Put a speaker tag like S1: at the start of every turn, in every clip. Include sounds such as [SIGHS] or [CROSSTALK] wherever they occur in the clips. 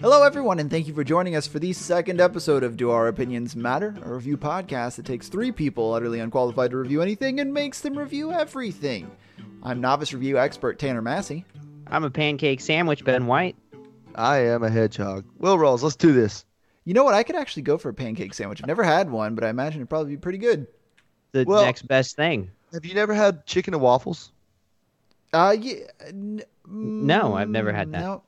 S1: Hello, everyone, and thank you for joining us for the second episode of Do Our Opinions Matter, a review podcast that takes three people utterly unqualified to review anything and makes them review everything. I'm novice review expert Tanner Massey.
S2: I'm a pancake sandwich, Ben White.
S3: I am a hedgehog. Will Rawls, let's do this.
S1: You know what? I could actually go for a pancake sandwich. I've never had one, but I imagine it'd probably be pretty good.
S2: The
S3: Well-
S2: next best thing.
S3: Have you never had chicken and waffles?
S1: Uh, yeah, n-
S2: No, I've never had that.
S1: No.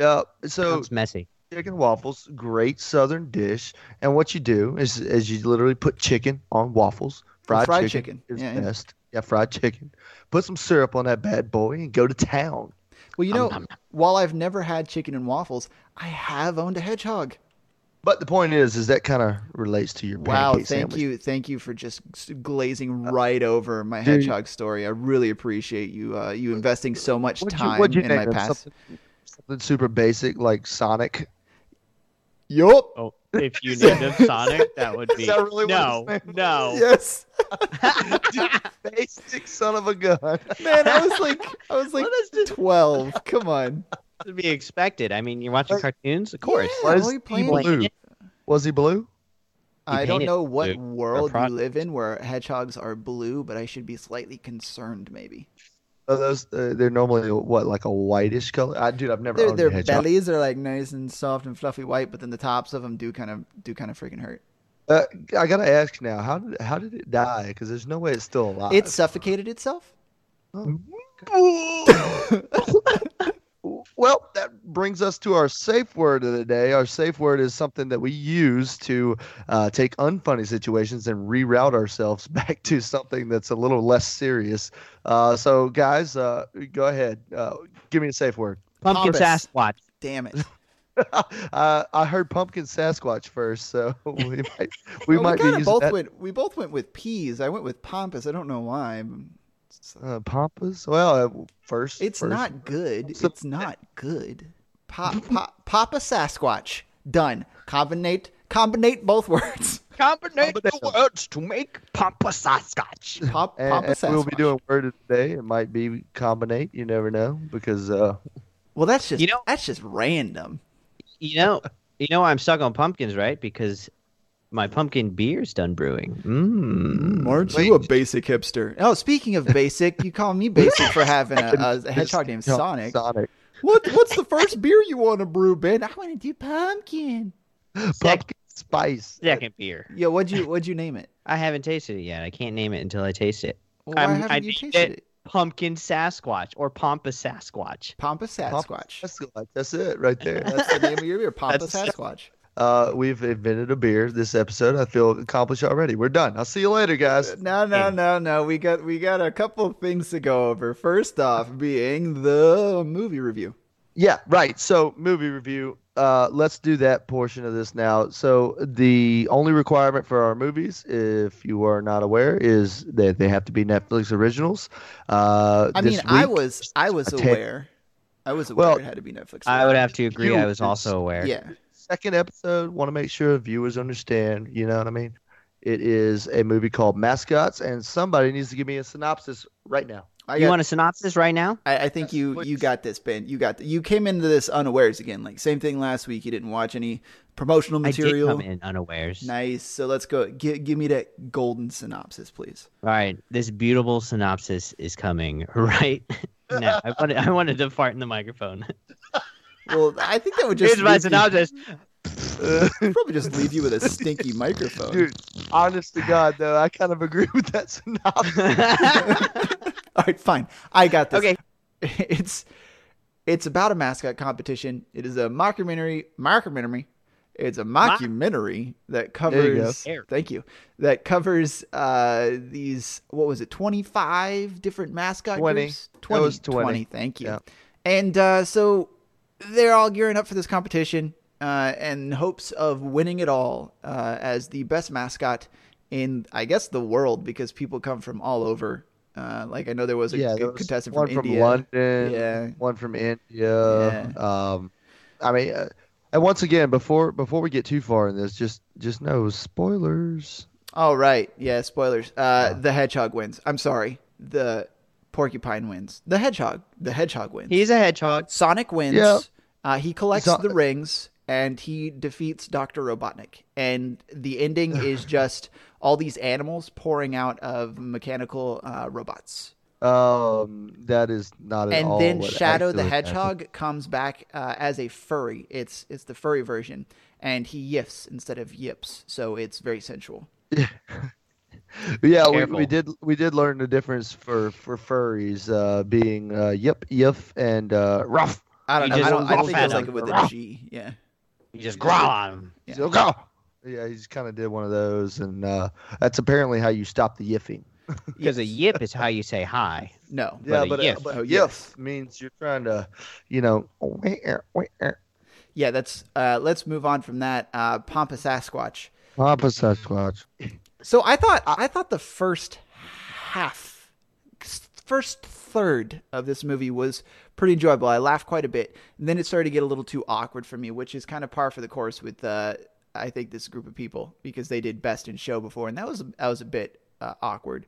S3: Uh, so
S2: Sounds messy.
S3: chicken and waffles, great southern dish. And what you do is, is you literally put chicken on waffles, fried,
S1: fried
S3: chicken,
S1: chicken.
S3: is
S1: Yeah, yeah.
S3: best. Yeah. fried chicken. Put some syrup on that bad boy and go to town.
S1: Well, you know,
S2: Um,
S1: while I've never had chicken and waffles, I have owned a hedgehog.
S3: But the point is, is that kind of relates to your
S1: Wow,
S3: pancake
S1: thank
S3: sandwich. Uh,
S1: you, thank you for just s- glazing right over my
S3: dude.
S1: hedgehog story. I really appreciate you, uh, you investing so much
S3: What'd you-
S1: time
S3: what'd you
S1: in
S3: name
S1: my
S3: them?
S1: past.
S3: Something, something super basic
S1: [LAUGHS]
S3: like Sonic. [LAUGHS]
S1: Yup.
S4: Oh,
S2: um.
S4: if you named him Sonic, that would be
S3: [LAUGHS] Is that really what
S4: no,
S3: his name
S4: no.
S1: Yes,
S3: Basic son of a gun.
S1: man. I was
S3: [LAUGHS]
S1: like, I was like
S2: Well, that's just
S1: twelve. Come on.
S2: to be expected. I mean, you're watching
S3: Like-
S2: cartoons, of course.
S1: Yeah,
S3: Was
S1: why are
S3: he
S1: you playing it?
S3: blue? Was he blue?
S1: I don't
S2: painted
S1: know what
S2: blue.
S1: world you
S2: product.
S1: live in where hedgehogs are blue, but I should be slightly concerned, maybe.
S3: Oh, those uh, they're normally what like a whitish color. I dude, I've never
S1: Their,
S3: owned
S1: their
S3: a hedgehog.
S1: bellies are like nice and soft and fluffy white, but then the tops of them do kind of do kind of freaking hurt.
S3: Uh, I gotta ask now, how did how did it die? Because there's no way it's still alive.
S1: It suffocated
S3: [LAUGHS]
S1: itself.
S3: well, that brings us to our safe word of the day. Our safe word is something that we use to uh, take unfunny situations and reroute ourselves [LAUGHS] back to something that's a little less serious. Uh, so, guys, uh, go ahead, uh, give me a safe word. [LAUGHS]
S2: Pumpkin
S1: Thomas.
S2: Sasquatch.
S1: Damn it!
S3: uh, I heard pumpkin Sasquatch first, so [LAUGHS] we might we
S1: Well,
S3: might be
S1: kinda
S3: using
S1: both
S3: that.
S1: went. We both went with peas. I went with pompous. I don't know why. It's,
S3: Uh, pompous. Well, uh, first.
S1: it's
S3: first.
S1: not good.
S3: So-
S1: It's not good. Pop, pop, Papa Sasquatch. Done. Combinate. Combinate both [LAUGHS] words.
S2: Combinate
S3: the Combination.
S2: words to make Papa Sasquatch.
S1: Pop,
S3: And,
S1: Papa
S3: and
S1: Sasquatch.
S3: Eh, we'll be doing word of the day. It might be combinate. You never know because uh,
S1: Well, that's just
S2: You know-
S1: that's just random.
S2: You know, you know, I'm stuck on pumpkins, right? Because my pumpkin beer's done brewing. Mmm.
S1: Aren't
S3: you a
S1: basic hipster? Oh, speaking of basic, you call me basic for having a, a, a hedgehog named
S3: you know,
S1: Sonic.
S3: Sonic.
S1: What what's the first beer you want to brew, Ben? I want to do pumpkin.
S3: Pumpkin spice.
S2: Second beer.
S1: Yeah, what'd you what'd you name it?
S2: I haven't tasted it yet. I can't name it until I taste it.
S1: Well, why
S2: I'm-
S1: haven't
S2: I
S1: you
S2: named
S1: tasted it?
S2: it- Pumpkin Sasquatch or Pampa Sasquatch.
S1: Pampa Sasquatch.
S3: Sasquatch. That's it right there.
S1: That's the name of your beer, Pampa
S2: That's-
S1: Sasquatch.
S3: uh, we've invented a beer this episode. I feel accomplished already. We're done. I'll see you later, guys.
S1: No, no, no, no. We got we got a couple of things to go over. First off, being the movie review.
S3: Yeah, right. So movie review. Uh, let's do that portion of this now. So the only requirement for our movies, if you are not aware, is that they have to be Netflix originals. Uh,
S1: I mean,
S3: this
S1: I
S3: week-
S1: was I was
S3: a ta-
S1: aware. I was aware
S3: Well,
S1: it had to be Netflix.
S2: I would have to agree. I
S3: You
S2: was
S3: is-
S2: also aware.
S1: Yeah.
S3: second episode. Want to make sure viewers understand. You know what I mean? It is a movie called Mascots, and somebody needs to give me a synopsis right now. [LAUGHS]
S1: I
S2: You
S1: got-
S2: want a synopsis right now?
S1: I, I think you
S3: what-
S1: you got this, Ben. You got th- you came into this unawares again. Like same thing last week. You didn't watch any promotional material.
S2: I did come in unawares.
S1: Nice. So let's go. Give give me that golden synopsis, please.
S2: All right, this beautiful synopsis is coming [LAUGHS]
S1: [LAUGHS]
S2: right now. I wanted, I wanted to fart in the microphone.
S1: Well, I think that would [LAUGHS] just
S2: Here's my
S1: leave you-
S2: synopsis.
S1: probably just leave you with a stinky microphone.
S2: [LAUGHS]
S3: Dude, honest to God, though, I kind of agree [LAUGHS] with that synopsis.
S1: [LAUGHS]
S2: [LAUGHS]
S1: All right, fine. I got this.
S2: Okay.
S1: [LAUGHS] It's it's about a mascot competition. It is a mockumentary. Mockumentary. It's a mockumentary that
S3: you go.
S1: covers.
S2: There.
S1: Thank you. That covers uh, these. What was it? Twenty five different mascot
S3: 20.
S1: groups.
S3: That was 20.
S1: Thank you.
S3: Yeah.
S1: And uh, so they're all gearing up for this competition uh, in hopes of winning it all uh, as the best mascot in, I guess, the world because people come from all over. Uh, like I know there was a,
S3: yeah,
S1: a
S3: there was
S1: contestant
S3: one
S1: from,
S3: from
S1: India.
S3: London,
S1: Yeah.
S3: one from India. Um, I mean, uh, and once again, before before we get too far in this, just just know spoilers.
S1: All right. Yeah. Spoilers. Uh, the hedgehog wins. I'm sorry. The porcupine wins. The hedgehog. The hedgehog wins.
S2: He's a hedgehog.
S1: Sonic wins.
S3: Yeah.
S1: Uh, he collects
S3: So-
S1: the rings. and he defeats Dr. Robotnik. And the
S3: [SIGHS]
S1: ending is just all these animals pouring out of mechanical uh, robots.
S3: Um, that is not at all.
S1: And then
S3: what
S1: Shadow the
S3: actually happened.
S1: Hedgehog comes back uh, as a furry. It's it's the furry version, and he yiffs instead of yips, so it's very sensual.
S3: [LAUGHS] Yeah, we,
S4: Careful.
S3: we did we did learn the difference for for furries uh, being uh, yip yip and uh, rough.
S1: I don't know.
S2: You
S1: I
S2: just
S1: don't. I
S2: laugh
S1: think it was
S2: at
S1: like
S2: him.
S1: with a G. Yeah.
S2: You just growl on him.
S1: Yeah.
S3: So, go! Yeah, he just kind of did one of those, and uh, that's apparently how you stop the yiffing.
S2: Because a yip is how you say hi.
S1: No.
S2: But
S3: Yeah,
S2: a
S3: but, uh,
S2: yip.
S3: but
S1: Oh,
S3: yip
S1: yes.
S3: means you're trying to, you know, where, where.
S1: Yeah. That's. Uh, let's move on from that. Uh, Pompa Sasquatch.
S3: Papa Sasquatch.
S1: So I thought I thought the first half, first third of this movie was pretty enjoyable. I laughed quite a bit, and then it started to get a little too awkward for me, which is kind of par for the course with uh, I think this group of people because they did Best in Show before, and that was that was a bit uh, awkward.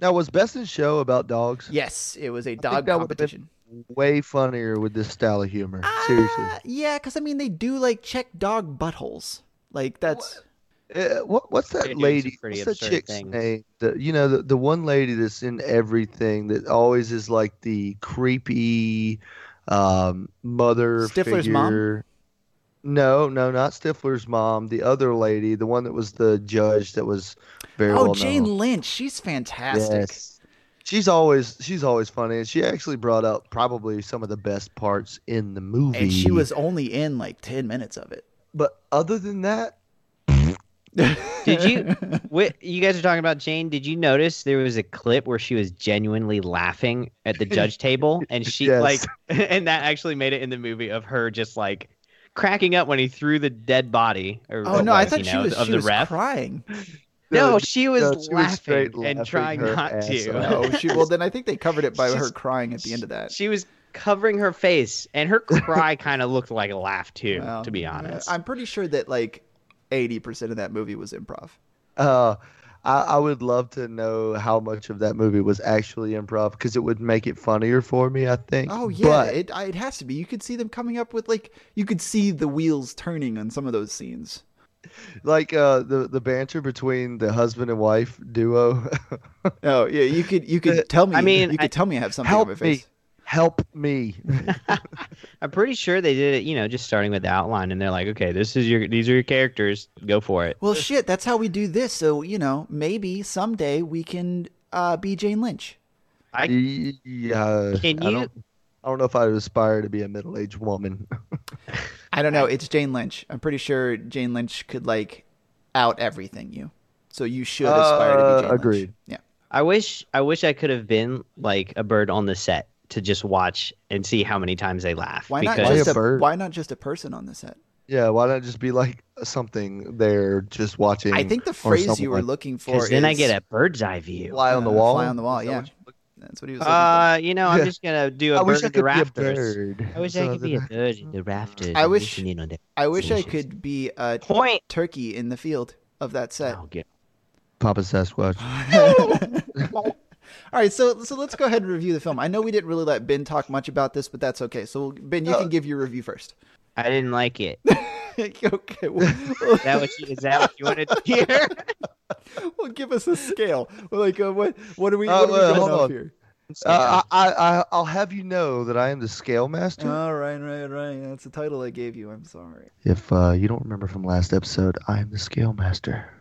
S3: Now was Best in Show about dogs?
S1: Yes, it was a
S3: that
S1: dog
S3: would've been-
S1: competition.
S3: Way funnier with this style of humor. Seriously.
S1: Ah, yeah, because I mean they do like check dog buttholes. Like that's
S3: Uh, what what's
S2: They're doing
S3: that
S2: some
S3: lady?
S2: pretty
S3: What's that
S2: absurd
S3: chick's
S2: things.
S3: name? The, you know, the, the one lady that's in everything that always is like the creepy um, mother
S1: Stifler's mom?
S3: figure. No, no, not Stifler's mom. The other lady, the one that was the judge, that was very
S1: oh
S3: well
S1: Jane
S3: known.
S1: Lynch, she's fantastic.
S3: Yes. She's always she's always funny, and she actually brought up probably some of the best parts in the movie.
S1: And she was only in like ten minutes of it.
S3: but other than that,
S2: Did
S1: [LAUGHS]
S2: you?
S1: Oh,
S2: What, you guys are talking about Jane. Did you notice there was a clip where she was genuinely laughing at
S1: [LAUGHS]
S2: the judge table, and she
S3: Yes.
S2: like, [LAUGHS] and that actually made it in the movie of her just like cracking up when he threw the dead body. Or,
S1: Oh
S2: or
S1: no, I
S2: what,
S1: thought
S2: you
S1: she
S2: know,
S1: was
S2: of
S1: she
S2: the
S1: was
S2: ref.
S1: crying.
S2: No, she was
S3: no, she was
S2: laughing
S3: straight
S2: and
S3: laughing
S2: trying
S3: her
S2: not
S3: ass
S2: to.
S3: off.
S1: Oh, she, well then I think they covered it by
S2: She's-
S1: her crying at the end of that.
S2: She was covering her face, and her cry
S1: [LAUGHS]
S2: kind of looked like a laugh too.
S1: Well,
S2: to be honest,
S1: I'm pretty sure that like 80% of that movie was improv.
S3: Uh, I, I would love to know how much of that movie was actually improv because it would make it funnier for me, I think.
S1: Oh yeah,
S3: But
S1: it I- it has to be. You could see them coming up with like you could see the wheels turning on some of those scenes.
S3: like uh, the the banter between the husband and wife duo, [LAUGHS]
S1: Oh yeah, you could you could tell me.
S2: Uh, I mean,
S1: you could
S2: I-
S1: tell me I have something on
S3: help
S1: my
S3: me,
S1: face.
S3: help me.
S2: I'm pretty sure they did it. You know, just starting with the outline, and they're like, "Okay, this is your, these are your characters. Go for it."
S1: Well, shit, that's how we do this. So you know, maybe someday we can uh, be Jane Lynch.
S2: I-
S3: yeah,
S2: Can
S3: I
S2: you-
S3: don't, I don't know if I would aspire to be a middle aged woman.
S1: I don't know. It's Jane Lynch. I'm pretty sure Jane Lynch could like out everything you. So you should aspire to
S3: Uh,
S1: be Jane Lynch.
S3: agreed.
S1: Yeah.
S2: I wish I wish I could have been like a bird on the set to just watch and see how many times they laugh.
S1: Why not
S2: because
S3: Why
S1: just
S3: a
S1: a,
S3: bird?
S1: why not just a person on the set?
S3: yeah, why not just be like something there, just watching?
S1: I think the
S3: or
S1: phrase you
S3: someone
S1: were
S3: like
S1: looking for
S2: 'cause
S1: is
S2: then I get a bird's eye view.
S3: fly on the
S1: uh,
S3: wall.
S1: Fly on the wall.
S3: Is that
S1: Yeah,
S3: what you-
S1: that's what he was looking for.
S2: Uh, you know, I'm
S3: Yeah.
S2: just gonna do a
S3: I
S2: bird
S3: wish I
S2: in the
S3: could be a
S2: rafters.
S3: bird.
S2: I wish
S3: So
S2: I could be a bird in the rafters.
S1: I
S2: and
S1: wish-
S2: listening on the
S1: I wish I could be a
S2: point.
S1: turkey in the field of that set.
S2: Oh, good.
S3: Papa Sasquatch.
S1: [LAUGHS]
S2: [LAUGHS]
S1: All right, so so let's go ahead and review the film. I know we didn't really let Ben talk much about this, but that's okay. So Ben,
S2: Uh,
S1: you can give your review first. [LAUGHS]
S2: I didn't like it.
S1: okay, well,
S2: Is that what you, is that what you wanted to hear?
S1: well, give us a scale. Like, uh, what what are we?
S3: Uh,
S1: What are we
S3: well,
S1: going
S3: hold
S1: off
S3: on.
S1: here?
S3: Uh, I, I, I- I'll have you know that I am the scale master.
S1: [LAUGHS] All right, right, right. That's the title I gave you. I'm sorry.
S3: if uh, you don't remember from last episode, I am the scale master.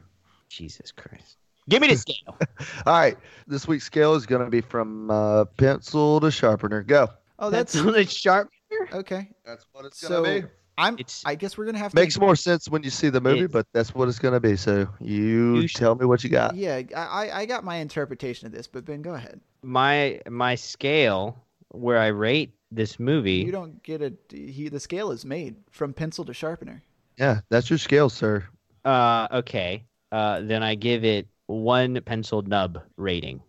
S2: Jesus Christ! Give me the scale.
S3: All right, this week's scale is going to be from uh, pencil to sharpener. Go.
S1: Oh,
S2: That's
S1: that's
S2: on a sharp.
S1: okay.
S3: That's what it's
S1: gonna So- be. I'm.
S2: It's
S1: I guess we're gonna have to
S3: Makes more sense when you see the movie,
S2: It's-
S3: but that's what it's going to be. So you,
S2: You sh-
S3: tell me what you got.
S1: Yeah, I I- I got my interpretation of this, but Ben, go ahead.
S2: my my scale where I rate this
S1: You
S2: movie.
S1: don't get a he, the scale is made from pencil to sharpener.
S3: Yeah, that's your scale, sir.
S2: Uh, okay. Uh, then I give it one pencil nub
S1: [LAUGHS]
S2: rating.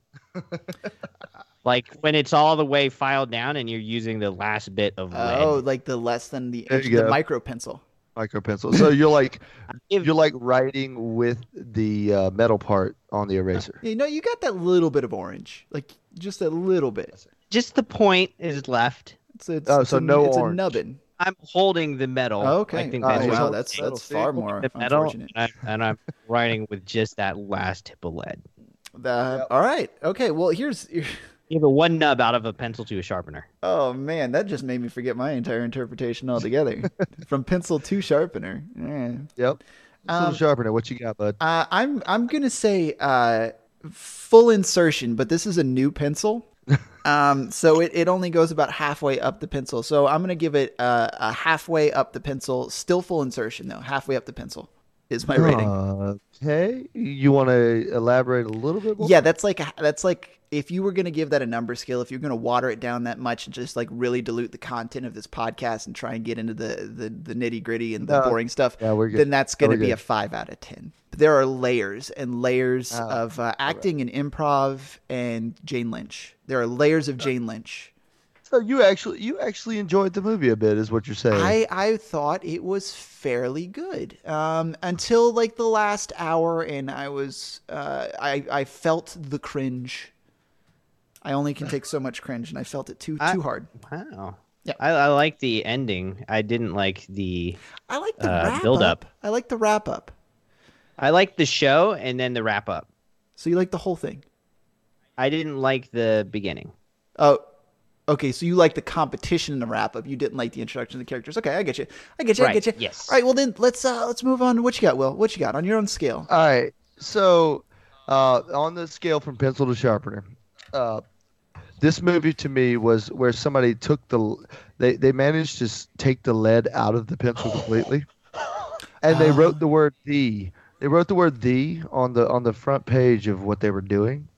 S2: like when it's all the way filed down and you're using the last bit of lead.
S1: Oh, like the less than the
S3: There
S1: inch,
S3: you
S1: the
S3: go.
S1: micro pencil.
S3: Micro pencil. So you're like
S2: If-
S3: you're like writing with the uh, metal part on the eraser.
S1: You know, you got that little bit of orange, like just a little bit.
S2: Just the point is left.
S1: It's a, it's,
S3: Oh,
S1: it's
S3: so
S1: a,
S3: no
S1: it's
S3: orange.
S1: a nubbin.
S2: I'm holding the medal.
S1: Okay.
S2: I think
S1: Oh,
S2: that's
S3: just
S1: wow,
S3: holding
S1: that's
S3: the
S1: that's
S3: medal.
S1: far
S3: See,
S1: more
S2: the medal, and
S1: unfortunate.
S2: I'm, and I'm writing with just that last tip of lead.
S1: The-
S3: Yep.
S1: All right. Okay. Well, here's. [LAUGHS]
S2: You have a one nub out of a pencil to a sharpener.
S1: Oh man, that just made me forget my entire interpretation [LAUGHS] altogether. From pencil to sharpener. Eh.
S3: Yep.
S1: Um,
S3: sharpener, what you got, bud?
S1: Uh, I'm I'm gonna say uh, full insertion, but this is a new pencil, [LAUGHS] um, so it, it only goes about halfway up the pencil. So I'm gonna give it uh, a halfway up the pencil, still full insertion though. Halfway up the pencil is my rating.
S3: Okay. You want to elaborate a little bit more?
S1: Yeah, that's like a, that's like if you were going to give that a number scale, if you're going to water it down that much and just like really dilute the content of this podcast and try and get into the the, the nitty gritty and the
S3: No.
S1: boring stuff,
S3: Uh, Yeah, we're good.
S1: then that's going to
S3: we're
S1: be
S3: good.
S1: a five out of ten. But there are layers and layers
S3: Ah,
S1: of uh, acting and improv and Jane Lynch. There are layers of Jane Lynch.
S3: So you actually you actually enjoyed the movie a bit, is what you're saying?
S1: I, I thought it was fairly good um, until like the last hour, and I was uh, I I felt the cringe. I only can take so much cringe, and I felt it too
S2: I-
S1: too hard.
S2: Wow.
S1: Yeah.
S2: I, I like the ending. I didn't like the.
S1: I like the
S2: Uh,
S1: wrap
S2: build
S1: up.
S2: up.
S1: I like the wrap up.
S2: I like the show and then the wrap up.
S1: So you like the whole thing?
S2: I didn't like the beginning.
S1: Oh, okay. So you like the competition in the wrap up. You didn't like the introduction of the characters. Okay, I get you. I get you. I
S2: Right,
S1: get you.
S2: yes.
S1: All right. Well, then let's uh let's move on. What you got, Will? What you got on your own scale?
S3: All right. So, uh, on the scale from pencil to sharpener, uh, this movie to me was where somebody took the, they, they managed to s- take the lead out of the pencil completely, and they wrote the word the. They wrote the word the on the on the front page of what they were doing,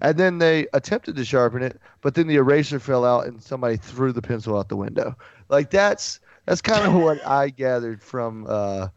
S3: and then they attempted to sharpen it, but then the eraser fell out and somebody threw the pencil out the window. Like that's that's kind of [LAUGHS] what I gathered from uh,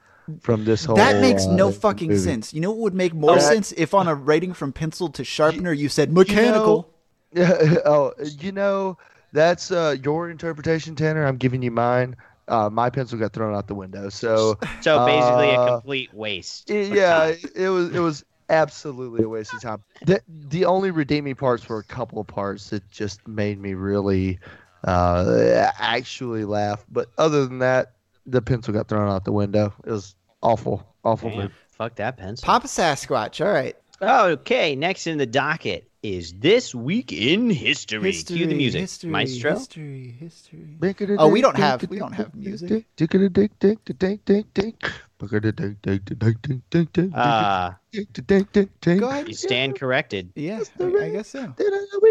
S3: from this whole.
S1: That makes
S3: uh,
S1: no fucking
S3: movie.
S1: sense. You know what would make
S2: Oh,
S1: more
S3: that-
S1: sense if on a rating from pencil to sharpener you said mechanical.
S3: Yeah. Oh, you know, that's uh, your interpretation, Tanner. I'm giving you mine. Uh, my pencil got thrown out the window. So
S2: So basically, a
S3: Uh,
S2: complete waste.
S3: it- yeah, it- it was it was absolutely a waste of time. The the only redeeming parts were a couple of parts that just made me really uh, actually laugh. But other than that, the pencil got thrown out the window. It was awful,
S2: [LAUGHS]
S3: awful.
S2: Damn, fuck that pencil.
S1: Papa Sasquatch. All right.
S2: Okay, next in the docket is this week in history. Cue the music,
S1: history,
S2: maestro.
S1: History, history.
S3: Oh,
S1: Oh, we don't have- we don't have music.
S2: Uh,
S1: Go
S3: Go
S1: ahead.
S2: you stand
S3: [LAUGHS]
S2: corrected.
S1: Yeah, I, I guess so.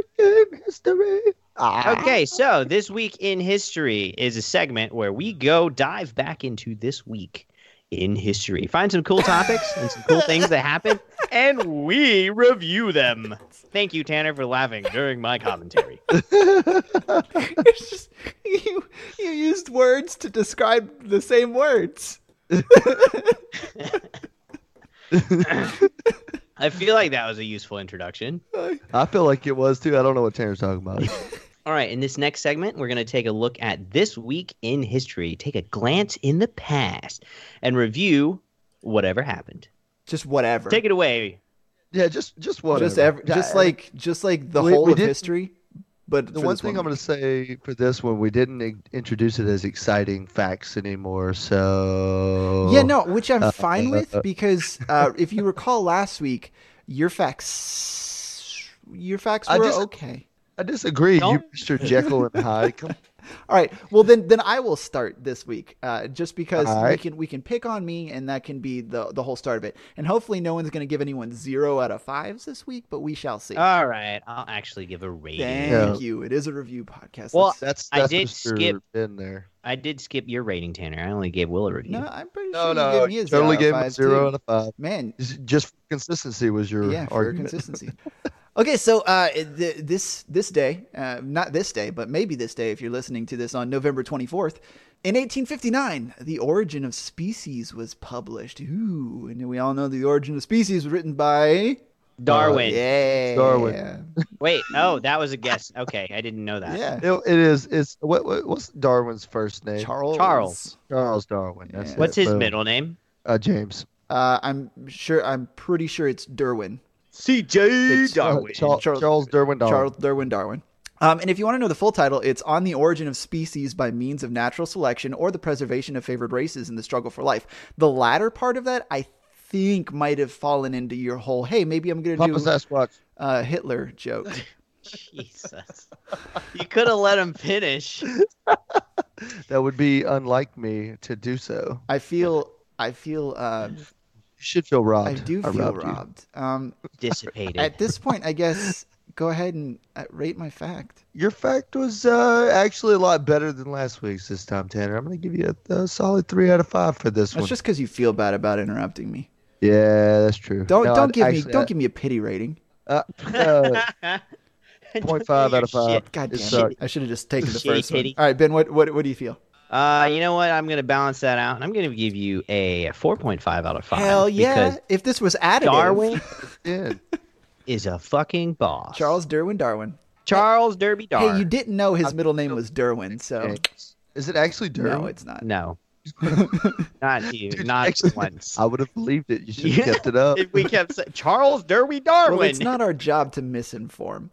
S1: [LAUGHS]
S3: history. Ah.
S2: Okay, so this week in history is a segment where we go dive back into this week in history, find some cool topics and some cool things that happened, and we review them. Thank you, Tanner, for laughing during my commentary.
S1: It's just, you you used words to describe the same words.
S2: I feel like that was a useful introduction.
S3: [LAUGHS] I feel like it was too. I don't know what Tanner's talking about.
S2: All right, in this next segment, we're going to take a look at this week in history, take a glance in the past, and review whatever happened.
S1: Just whatever.
S2: Take it away.
S3: Yeah, just just what.
S1: Just ev- just like just like the
S3: We-
S1: whole
S3: we
S1: of
S3: did-
S1: history. But
S3: the one thing I'm going to say for this one, we didn't i- introduce it as exciting facts anymore. So
S1: Yeah, no, which I'm
S3: Uh,
S1: fine
S3: uh,
S1: with
S3: uh.
S1: because uh, if [LAUGHS] you recall last week, your facts your facts
S3: I
S1: were
S3: just-
S1: okay.
S3: I disagree. You,
S2: Don't-
S3: Mr. Jekyll and
S2: [LAUGHS]
S3: Hyde. Come
S1: All right. Well, then then I will start this week, uh, just because
S3: All
S1: we
S3: right.
S1: can we can pick on me, and that can be the the whole start of it. And hopefully, no one's going to give anyone zero out of fives this week, but we shall see.
S2: All right, I'll actually give a rating.
S1: Thank
S3: Yeah.
S1: you. It is a review podcast.
S2: Well,
S1: Let's-
S3: That's,
S2: I
S3: that's
S2: did
S3: Mr.
S2: skip-
S3: in there.
S2: I did skip your rating, Tanner. I only gave Will a review.
S1: no, I'm pretty
S3: No,
S1: sure
S3: no,
S1: you gave me a
S3: you
S1: zero
S3: totally
S1: out of
S3: gave him
S1: five
S3: a zero
S1: too.
S3: out of five.
S1: Man,
S3: Just- Just consistency was your
S1: yeah, for
S3: argument.
S1: consistency. okay, so uh, th- this this day, uh, not this day, but maybe this day, if you're listening to this on November 24th, in 1859, The Origin of Species was published. Ooh, and we all know The Origin of Species was written by
S2: Darwin.
S1: Yeah,
S3: Darwin.
S2: Wait, oh, that was a guess. Okay, I didn't know that.
S1: yeah,
S3: It- it is. It's what, what? What's Darwin's first name?
S1: Charles.
S2: Charles.
S3: Charles Darwin. That's
S1: Yeah.
S3: it.
S2: What's his
S3: Boom.
S2: middle name?
S3: Uh, James.
S1: Uh, I'm sure. I'm pretty sure it's Derwin.
S2: CJ
S3: It's, uh, Char- Charles, Darwin. Darwin.
S1: Charles Derwin Darwin. Um, and if you want to know the full title, it's On the Origin of Species by Means of Natural Selection or the Preservation of Favored Races in the Struggle for Life. The latter part of that, I think, might have fallen into your whole, hey, maybe I'm going to
S3: Papa
S1: do
S3: Sasquatch.
S1: uh, Hitler joke.
S2: Jesus. You could have let him finish.
S3: That would be unlike me to do so.
S1: I feel, I feel, uh,
S3: You should feel robbed.
S1: I do feel
S3: robbed
S1: robbed.
S3: you.
S1: Um,
S3: [LAUGHS]
S2: Dissipated.
S1: at this point, I guess, go ahead and uh, rate my fact.
S3: Your fact was uh, actually a lot better than last week's this time, Tanner. I'm going to give you a, a solid three out of five for this
S1: That's
S3: one.
S1: just because you feel bad about interrupting me.
S3: Yeah, that's true.
S1: Don't
S3: No,
S1: don't
S3: I'd
S1: give
S3: actually-
S1: me don't give me a pity rating.
S3: Uh, uh,
S2: Don't
S3: 0.5 out of
S2: do your
S3: 5.
S2: shit.
S1: God
S3: It
S1: damn
S3: sucked.
S1: it! I should have just taken the
S2: Shitty
S1: first one.
S2: titty.
S1: All right, Ben, what what what do you feel?
S2: Uh, you know what? I'm gonna balance that out, and I'm gonna give you a 4.5 out of five.
S1: Hell yeah!
S2: because
S1: If this was additive,
S2: Darwin
S3: yeah. [LAUGHS]
S2: is a fucking boss.
S1: Charles Derwin Darwin.
S2: Charles Derby Dar.
S1: Hey, you didn't know his middle name was Derwin, [LAUGHS] so
S3: Okay. Is it actually Derwin?
S1: no, it's not.
S2: [LAUGHS] No, not you,
S3: Dude,
S2: not
S3: actually-
S1: [LAUGHS]
S2: once.
S3: I would have believed it. You should
S2: Yeah.
S3: have kept it up.
S2: If we kept saying Charles Derby Darwin.
S1: Well, it's not our job to misinform.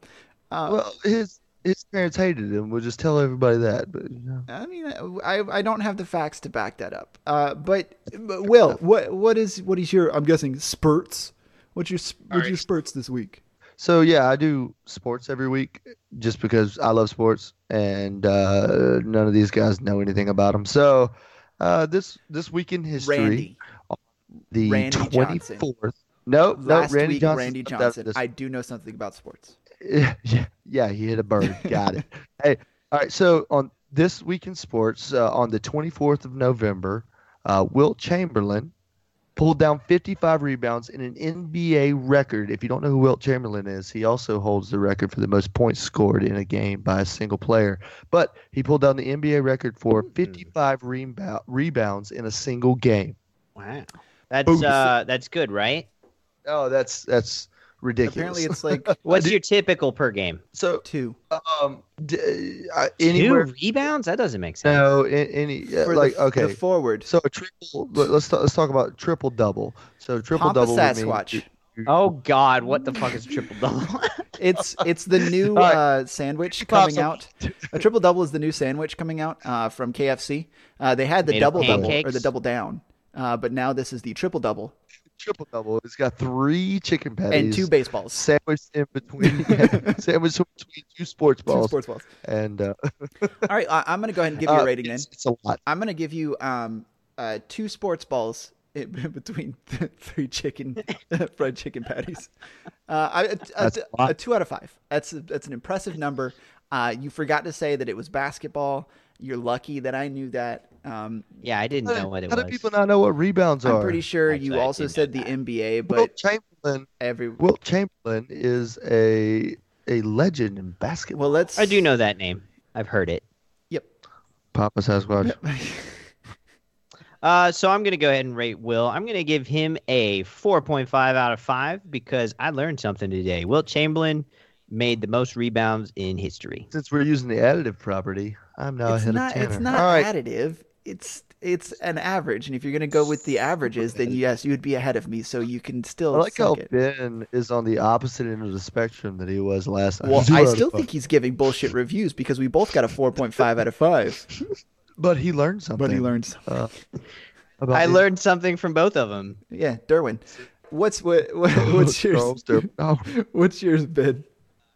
S1: Uh,
S3: Well, his his parents hated him. We'll just tell everybody that. But you know.
S1: I mean, I I don't have the facts to back that up. Uh, but, but Will, what what is what is your? I'm guessing spurts. What's your sp- what's your spurts this week?
S3: So yeah, I do sports every week just because I love sports, and uh, none of these guys know anything about them. So uh, this this week in history,
S1: Randy.
S3: the
S1: Randy
S3: twenty
S1: Johnson.
S3: fourth. No,
S1: Oh, Last
S3: no, Randy
S1: week,
S3: Johnson.
S1: Randy
S3: stepped out
S1: Johnson.
S3: this
S1: I do know something about sports.
S3: [LAUGHS] yeah, yeah, he hit a bird.
S1: [LAUGHS]
S3: Got it. hey, all right. So on this week in sports, uh, on the 24th of November, uh, Wilt Chamberlain pulled down 55 rebounds in an NBA record. If you don't know who Wilt Chamberlain is, he also holds the record for the most points scored in a game by a single player. But he pulled down the NBA record for
S1: Hmm.
S3: 55 rebound, rebounds in a single game.
S2: Wow, that's
S1: Boom.
S2: uh, that's good, right?
S3: Oh, that's that's ridiculous.
S1: Apparently, it's like
S3: [LAUGHS]
S2: What's your typical per game?
S3: so.
S1: two
S3: Um, d- uh, anywhere
S2: Two rebounds? That doesn't make sense.
S3: No, a- any yeah,
S1: for
S3: like
S1: the,
S3: okay.
S1: the forward.
S3: so a triple. let- Let's talk, let's talk about triple double. So triple
S1: Papa
S3: double. would mean-
S1: Sasquatch.
S2: Oh God, what the fuck is triple
S1: [LAUGHS]
S2: double? [LAUGHS]
S1: It's it's the new
S3: [LAUGHS] All right.
S1: uh, sandwich
S3: Pops
S1: coming out. A triple double is the new sandwich coming out uh, from KFC. Uh, they had the
S2: Made of
S1: double double or
S2: pancakes?
S1: the double down, uh, but now this is the triple double
S3: triple double. It's got three chicken patties
S1: and two baseballs,
S3: sandwiched in between,
S1: [LAUGHS]
S3: sandwiched in between two sports
S1: two
S3: balls.
S1: sports balls.
S3: And uh,
S1: All right, I, I'm gonna go ahead and give you
S3: uh,
S1: a rating then.
S3: it's, it's a lot.
S1: I'm gonna give you um uh two sports balls [LAUGHS] in between [LAUGHS] th- three chicken [LAUGHS] fried chicken patties. Uh, I, a- a,
S3: That's a lot.
S1: a two out of five. That's that's an impressive number. Uh, you forgot to say that it was basketball. You're lucky that I knew that. Um,
S2: yeah, I didn't
S3: How,
S2: know what it
S3: do
S2: was.
S3: people not know what rebounds
S1: I'm
S3: are?
S1: pretty sure you
S2: Actually, I
S1: also
S2: did know
S1: said the
S2: that.
S1: NBA, but
S3: Wilt Chamberlain.
S1: every
S3: Wilt Chamberlain is a a legend in basketball.
S1: well, let's.
S2: I
S1: [LAUGHS]
S2: do know that name. I've heard it.
S3: Papa Sasquatch.
S2: Uh, so I'm gonna go ahead and rate Will. I'm gonna give him a 4.5 out of five because I learned something today. Wilt Chamberlain made the most rebounds in history.
S3: Since we're using the additive property, I'm now
S1: it's
S3: ahead of
S1: not.
S3: Tanner.
S1: It's not
S3: All right.
S1: additive. It's it's an average, and if you're gonna go with the averages, then yes, you would be ahead of me. So you can still.
S3: I like how
S1: suck it.
S3: Ben is on the opposite end of the spectrum that he was last night.
S1: Well,
S3: Zero
S1: I
S3: out of
S1: still
S3: five.
S1: think he's giving bullshit reviews because we both got a 4.5 out of 5.
S3: but he learned something.
S1: But he learns.
S3: uh, about
S2: I
S3: his- [LAUGHS]
S2: learned something from both of them.
S1: Yeah, Derwin. What's
S3: [LAUGHS]
S1: what, what what's yours?
S3: Charles Durham. Oh,
S1: What's yours, Ben?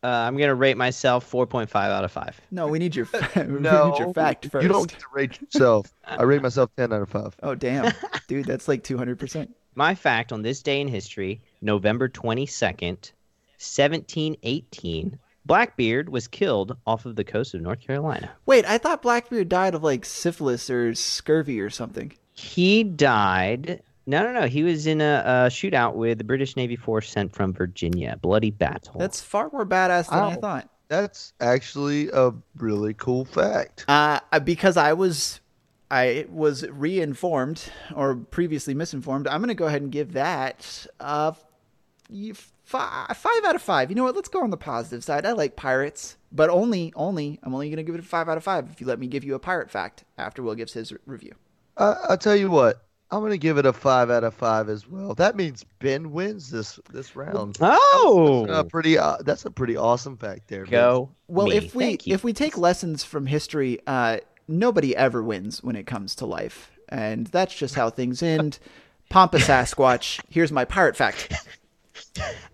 S2: Uh, I'm gonna rate myself 4.5 out of five.
S1: No, we need your [LAUGHS] fa- we
S3: No,
S1: need your fact first.
S3: you don't get to rate yourself. I rate myself ten out of five.
S1: Oh damn. Dude, that's like 200%.
S2: My fact on this day in history, November 22nd, 1718, Blackbeard was killed off of the coast of North Carolina.
S1: Wait, I thought Blackbeard died of like syphilis or scurvy or something.
S2: He died. No, no, no. He was in a, a shootout with the British Navy force sent from Virginia. Bloody battle.
S1: That's far more badass than I
S3: Ow.
S1: thought.
S3: That's actually a really cool fact.
S1: Uh, because I was I was reinformed or previously misinformed. I'm going to go ahead and give that uh, you- fi- five out of five. You know what? Let's go on the positive side. I like pirates, but only only I'm only going to give it a five out of five if you let me give you a pirate fact after Will gives his re- review.
S3: I, I tell you what, I'm gonna give it a five out of five as well. That means Ben wins this this round. That's a
S2: Oh,
S3: pretty. Uh, that's a pretty awesome fact there. Ben.
S2: go.
S1: Well,
S2: me.
S1: if we
S2: Thank you.
S1: if we take lessons from history, uh, nobody ever wins when it comes to life, and that's just how things
S2: [LAUGHS]
S1: end. Pompa Sasquatch, here's my pirate fact.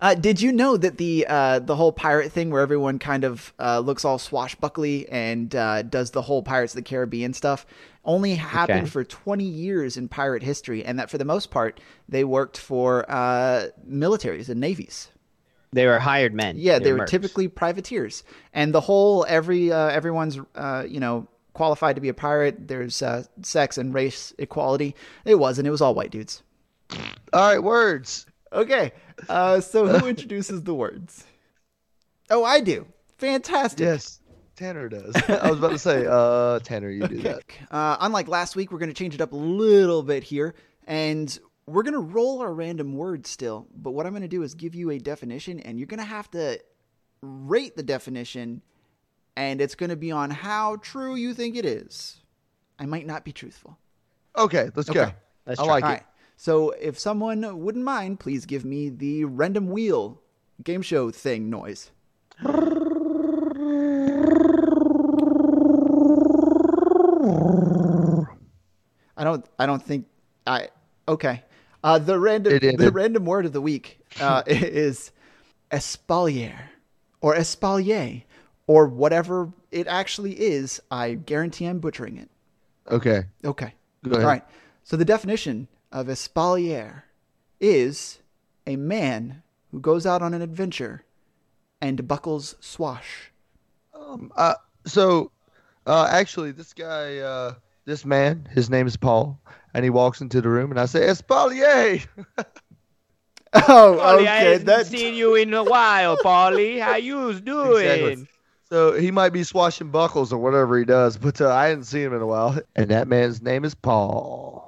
S1: Uh, did you know that the uh, the whole pirate thing, where everyone kind of uh, looks all swashbuckly and uh, does the whole Pirates of the Caribbean stuff, only happened
S2: Okay.
S1: for 20 years in pirate history, and that for the most part they worked for uh, militaries and navies.
S2: they were hired men.
S1: Yeah, they
S2: They're
S1: were
S2: mercs.
S1: typically privateers, and the whole every uh, everyone's uh, you know qualified to be a pirate. There's uh, sex and race equality. It wasn't. It was all white dudes.
S3: All right, words.
S1: Okay, uh, so who introduces the words? Oh, I do. Fantastic.
S3: Yes, Tanner does. I was about to say, uh, Tanner, you do that.
S1: Uh, unlike last week, we're going to change it up a little bit here, and we're going to roll our random words still. But what I'm going to do is give you a definition, and you're going to have to rate the definition, and it's going to be on how true you think it is. I might not be truthful.
S3: Okay, let's go.
S1: Okay.
S2: Let's
S3: I
S2: try.
S3: like
S1: All
S3: it.
S1: right. So if someone wouldn't mind, please give me the random wheel game show thing noise. I don't. I don't think. I okay. Uh, the random.
S3: It ended.
S1: The random word of the week
S3: [LAUGHS]
S1: uh, is espalier or espalier or whatever it actually is. I guarantee I'm butchering it.
S3: Okay,
S1: Okay.
S3: Go ahead.
S1: All right. So the definition of espalier is a man who goes out on an adventure and buckles swash. [LAUGHS]
S3: Um, uh, so, uh, actually, this guy, uh, this man, his name is Paul, and he walks into the room, and I say, Espalier. [LAUGHS]
S4: Paulie,
S1: Oh,
S4: I
S1: okay.
S4: haven't
S1: That
S4: seen you in a
S1: [LAUGHS]
S4: while, Paulie. How you doing?
S3: Exactly. So he might be swashing buckles or whatever he does, but uh, I hadn't seen him in a while. [LAUGHS] And that man's name is Paul.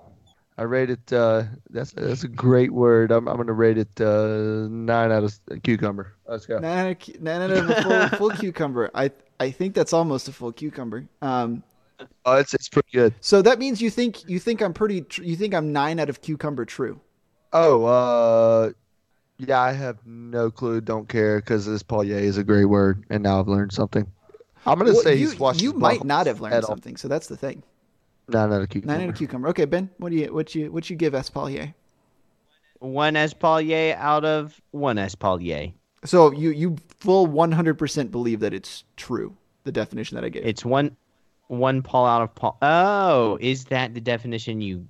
S3: I rate it. Uh, that's that's a great word. I'm, I'm gonna rate it uh, nine out of cucumber. Let's go.
S1: Banana, cu- banana of a full, full cucumber. I I think that's almost a full cucumber. Um,
S3: Oh, it's it's pretty good.
S1: so that means you think you think I'm pretty. Tr- you think I'm nine out of cucumber true.
S3: Oh, uh, yeah, I have no clue. Don't care because this Paulier is a great word, and now I've learned something. I'm gonna
S1: Well,
S3: say
S1: you,
S3: he's washing.
S1: you might not have learned
S3: at all.
S1: something. So that's the thing.
S3: nine out of cucumber.
S1: Nine out of cucumber. Okay, Ben, what do you what you what you give Espalier?
S2: One Espalier out of one Espalier.
S1: So you you full one hundred percent believe that it's true. The definition that I gave.
S2: It's one, one Paul out of Paul. Oh, is that the definition you?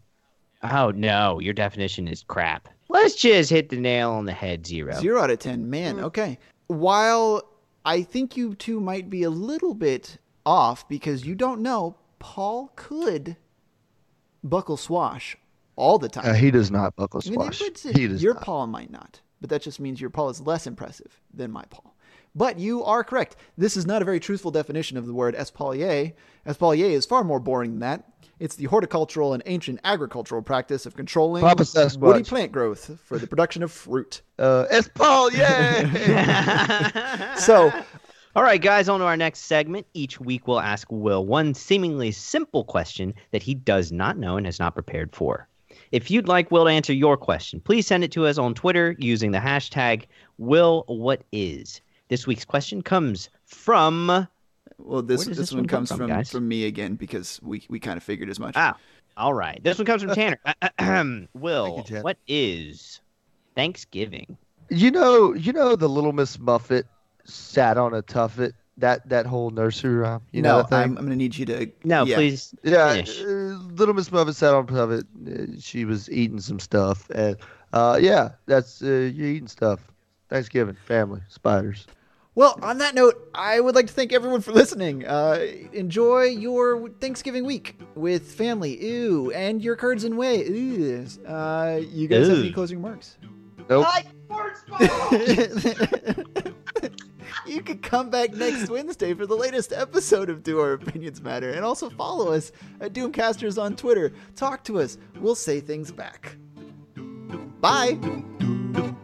S2: Oh no, your definition is crap. Let's just hit the nail on the head. Zero.
S1: Zero out of ten. Man, okay. While I think you two might be a little bit off because you don't know, Paul could buckle swash all the time.
S3: Uh, he does not buckle
S1: I mean, that
S3: squash.
S1: puts it-
S3: He does
S1: your
S3: not.
S1: Paul might not, but that just means your Paul is less impressive than my Paul. But you are correct. This is not a very truthful definition of the word espalier. Espalier is far more boring than that. It's the horticultural and ancient agricultural practice of controlling
S3: Papa Sasquatch.
S1: woody plant growth for the production of fruit.
S3: Uh, it's Paul, yeah.
S1: [LAUGHS] So,
S2: All right, guys, on to our next segment. Each week, we'll ask Will one seemingly simple question that he does not know and has not prepared for. If you'd like Will to answer your question, please send it to us on Twitter using the hashtag WillWhatIs. This week's question comes from.
S1: well, this this,
S2: Where does this
S1: one
S2: one come
S1: comes
S2: from,
S1: from from,
S2: guys?
S1: me again because we we kind of figured as much.
S2: Ah, all right. This one comes from Tanner. [CLEARS THROAT] Will,
S3: Thank you, Chad.
S2: what is Thanksgiving?
S3: you know, you know the Little Miss Muffet sat on a tuffet. That that whole nursery rhyme. You
S1: no,
S3: know that thing?
S1: I'm, I'm going to need you to
S2: No,
S1: yeah.
S2: please.
S3: Yeah,
S2: Finish.
S3: uh, Little Miss Muffet sat on Puppet. uh, She was eating some stuff, and uh, yeah, that's uh, you're eating stuff. Thanksgiving, family, spiders.
S1: Well, on that note, I would like to thank everyone for listening. Uh, enjoy your Thanksgiving week with family, ew, and your curds and whey. Ew. Uh, you guys have
S2: Ew.
S1: any closing remarks? [LAUGHS]
S3: Nope.
S1: you can come back next Wednesday for the latest episode of Do Our Opinions Matter, and also follow us at Doomcasters on Twitter. Talk to us; we'll say things back. Bye.
S5: do